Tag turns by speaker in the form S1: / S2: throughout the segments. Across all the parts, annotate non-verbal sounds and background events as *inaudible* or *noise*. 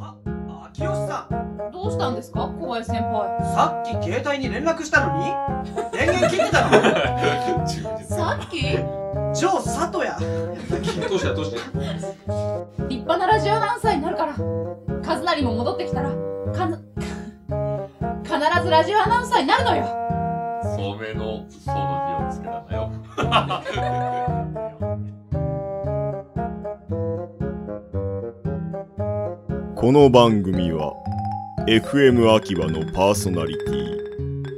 S1: あ、秋吉さん、
S2: どうしたんですか小林先輩
S1: さっき携帯に連絡したのに電源切ってた *laughs* の
S3: 充実
S2: さっき立
S1: 超佐藤や
S3: どうしたどうした
S2: 派なラジオアナウンサーになるからカズナリも戻ってきたらかず *laughs* 必ずラジオアナウンサーになるのよ
S4: 聡明の「聡」の字をつけたんだよ。
S5: この番組は FM 秋葉のパーソナリティ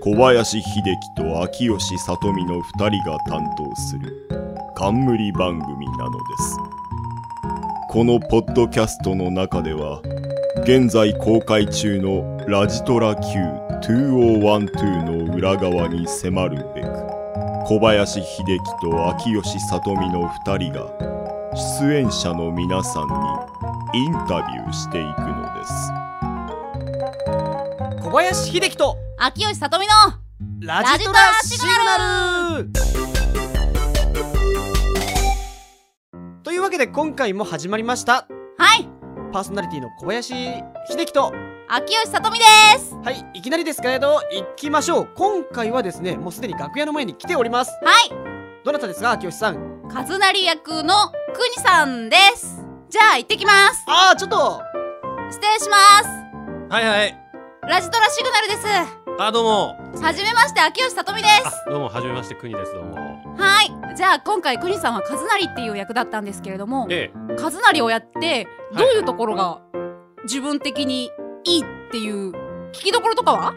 S5: 小林秀樹と秋吉里美の2人が担当する冠番組なのですこのポッドキャストの中では現在公開中の「ラジトラ Q2012」の裏側に迫るべく小林秀樹と秋吉里美の2人が出演者の皆さんにインタビューしていくのです
S1: 小林秀樹と
S2: 秋吉さとみの
S1: ラ
S2: ジトラシグ
S1: ナルというわけで今回も始まりました
S2: はい
S1: パーソナリティの小林秀樹と
S2: 秋吉さとみです
S1: はいいきなりですけれど行きましょう今回はですねもうすでに楽屋の前に来ております
S2: は
S1: どなたですか秋吉さん
S2: いカズナリ役のくにさんですじゃあ行ってきます
S1: ああちょっと
S2: 失礼します
S6: はいはい。
S2: ラジトラシグナルです
S6: あ、どうも。
S2: はじめまして秋吉さとみで
S6: あ、どうも、はじめまして、国です、どうも。
S2: はいじゃあ今回くにさんはカズナリっていう役だったんですけれども
S6: え
S2: カズナリをやってどういうところが自分的にいいっていう聞きどころとかは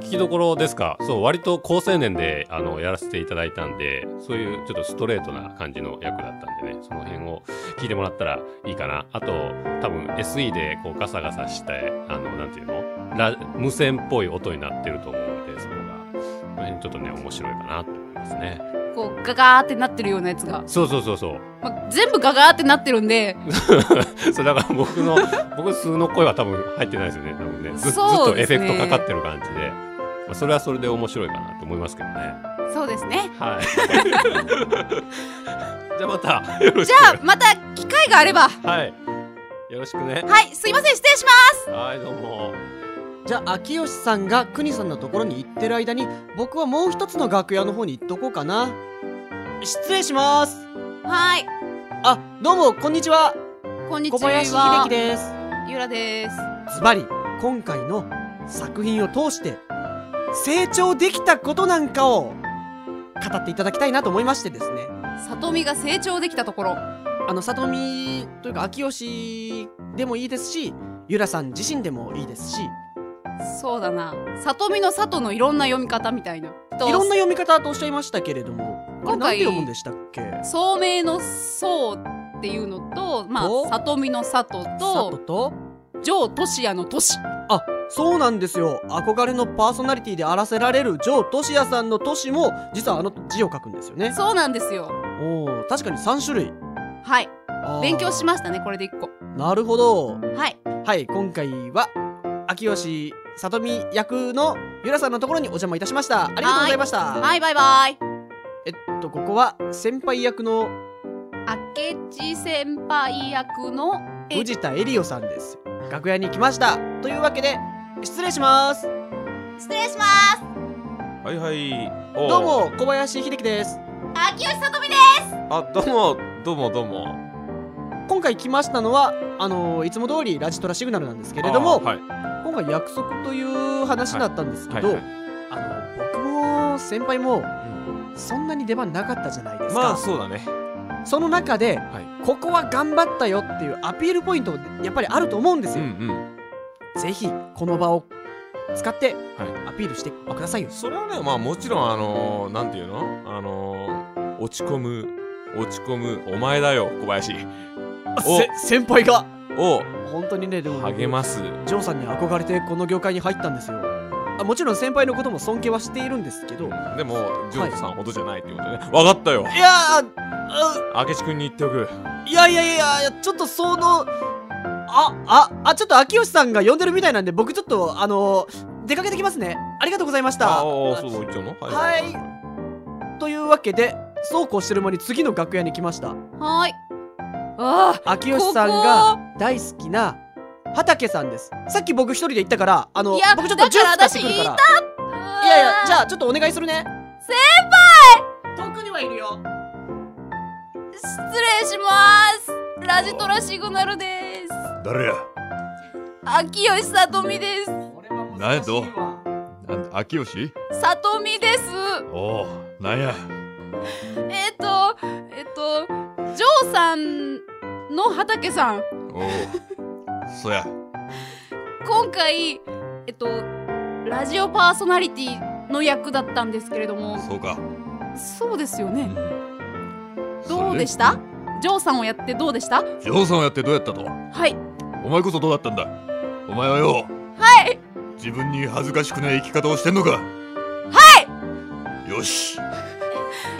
S6: え、聞きどころですかそう、割と高青年で、あの、やらせていただいたんで、そういうちょっとストレートな感じの役だったんでね、その辺を聞いてもらったらいいかな。あと、多分 SE でこうガサガサして、あの、なんていうのラ無線っぽい音になってると思うので、そこが、その辺ちょっとね、面白いかなと思いますね。
S2: こうガガーってなってるようなやつが、
S6: そうそうそうそう。
S2: まあ、全部ガガーってなってるんで
S6: そうだから僕の僕数の声は多分入ってないですよね多分ねずずっ
S2: そう
S6: と
S2: で
S6: エ
S2: す
S6: フ
S2: ね
S6: ェクトかかってる感じで、まあ、それはそれで面白いかなと思いますけどね
S2: そうですね
S6: はい *laughs* じゃあまたよろし
S2: じ
S6: く
S2: ゃあまた機会があれば
S6: はいよろしくね
S2: はいすいません失礼しま
S6: はいどうも
S1: じゃあ秋吉さんが国さんのところに行ってる間に僕はもう一つの楽屋の方に行っとこうかな失礼します
S2: すはい
S1: あどうもこんにちは
S2: こんにち
S1: 小
S2: は
S1: 林秀樹です
S2: ゆらです
S1: ズバリ今回の作品を通して成長できたことなんかを語っていただきたいなと思いましてですね
S2: さとみが成長できたところ
S1: あの里見というか秋吉でもいいですしゆらさん自身でもいいですし
S2: そうだなさとみのさとのいろんな読み方みたいない
S1: ろんな読み方とおっしゃいましたけれどもあれ
S2: 今回
S1: なんて読むんでしたっけ
S2: 聡明の聡っていうのとまあ
S1: お
S2: さとみのさと
S1: 佐藤
S2: と
S1: と
S2: 城俊也の俊
S1: あそうなんですよ憧れのパーソナリティであらせられる城俊也さんの俊も実はあの字を書くんですよね
S2: そうなんですよ
S1: おお確かに3種類
S2: はい
S1: あー
S2: 勉強しましたねこれで一個
S1: なるほど
S2: はい
S1: はい今回は秋吉さとみ役のゆらさんのところにお邪魔いたしましたありがとうございました
S2: はいバイバイ
S1: えっとここは先輩役の
S2: 明智先輩役のえ
S1: 藤田エリオさんです楽屋に来ましたというわけで失礼します
S2: 失礼します
S3: はいはい
S1: どうも小林秀樹です
S2: 秋吉さとみで
S3: あどうもどうもどうも
S1: 今回来ましたのはあのいつも通りラジトラシグナルなんですけれども、
S3: あーはい
S1: 今回約束という話だったんですけど、
S3: はいはい
S1: あの僕も先輩もそんなに出番なかったじゃないですか、
S3: まあそうだね
S1: その中で、
S3: は
S1: ここは頑張ったよっていうアピールポイントやっぱりあると思うんです
S3: うん
S1: よ、
S3: うん
S1: ぜひこの場を使って
S3: は
S1: アピールしてくださいよ、
S3: それはねまあもちろんあのー、なんていうのあのー、落ち込む落ち込むお前だよ小林お
S1: せ先輩が
S3: を
S1: 本当にねでも
S3: 励ます
S1: ジョーさんに憧れてこの業界に入ったんですよあもちろん先輩のことも尊敬はしているんですけどい
S3: でもジョージさんほどじゃないってことねわかったよ
S1: やーあ
S3: 明智君に言っておく
S1: いやいやいやいやちょっとそのあああちょっと秋吉さんが呼んでるみたいなんで僕ちょっとあの出かけてきますねありがとうございました
S3: ああーそう言っちゃうの
S1: はいというわけでそうこうしてる間に次の楽屋に来ました
S2: すはーいああ
S1: 秋吉さんが大好きな畑さんですさっき僕一人で行ったからあの
S2: いや
S1: 僕ちょっとジュース出してくるから
S2: だから
S1: いやいやじ
S2: あ
S1: ゃあちょっとお願いするね先輩遠くにはいるよ
S2: 失礼しますラジトラシグナルです
S7: 誰や
S2: 秋吉さとみです
S7: 何やとなん秋吉
S2: さとみです
S7: おお、なんや。
S2: えっ、とえっ、とジョーさんの畑さん
S7: おお。そや。
S2: 今回えっとラジオパーソナリティの役だったんですけれども
S7: そうか。
S2: そうですよねど
S7: そうれ
S2: でしたジョーさんをやってどうでした
S7: ジョーさんをやってどうやったと
S2: はい
S7: お前こそどうだったんだお前はよ
S2: はい
S7: 自分に恥ずかしくない生き方をしてんのかはいよし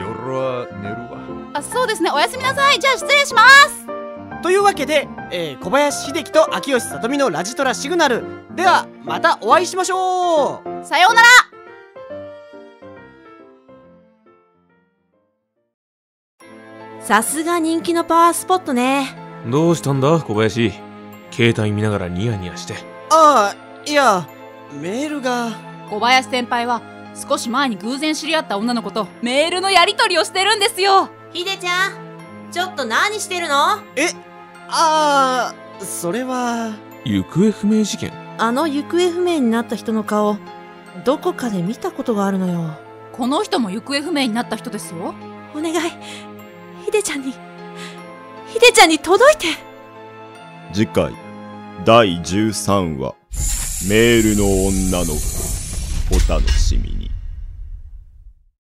S7: 夜は寝るわ
S2: あそうですねおやすみなさいじゃあ失礼します
S1: というわけで、えー小林秀樹と秋吉さとみのラジトラシグナルではまたお会いしましょう
S2: さようなら
S8: さすが人気のパワースポットね
S3: どうしたんだ小林携帯見ながらニヤニヤして
S1: ああいやメールが
S2: 小林先輩は少し前に偶然知り合った女の子とメールのやり取りをしてるんですよ
S8: ひでちゃんちょっと何してるの
S1: ああそれは
S3: 行方不明事件
S8: あの行方不明になった人の顔どこかで見たことがあるのよ
S2: この人も行方不明になった人ですよ
S8: お願いひでちゃんにひでちゃんに届いて
S5: 次回第13話「メールの女の子」お楽しみに。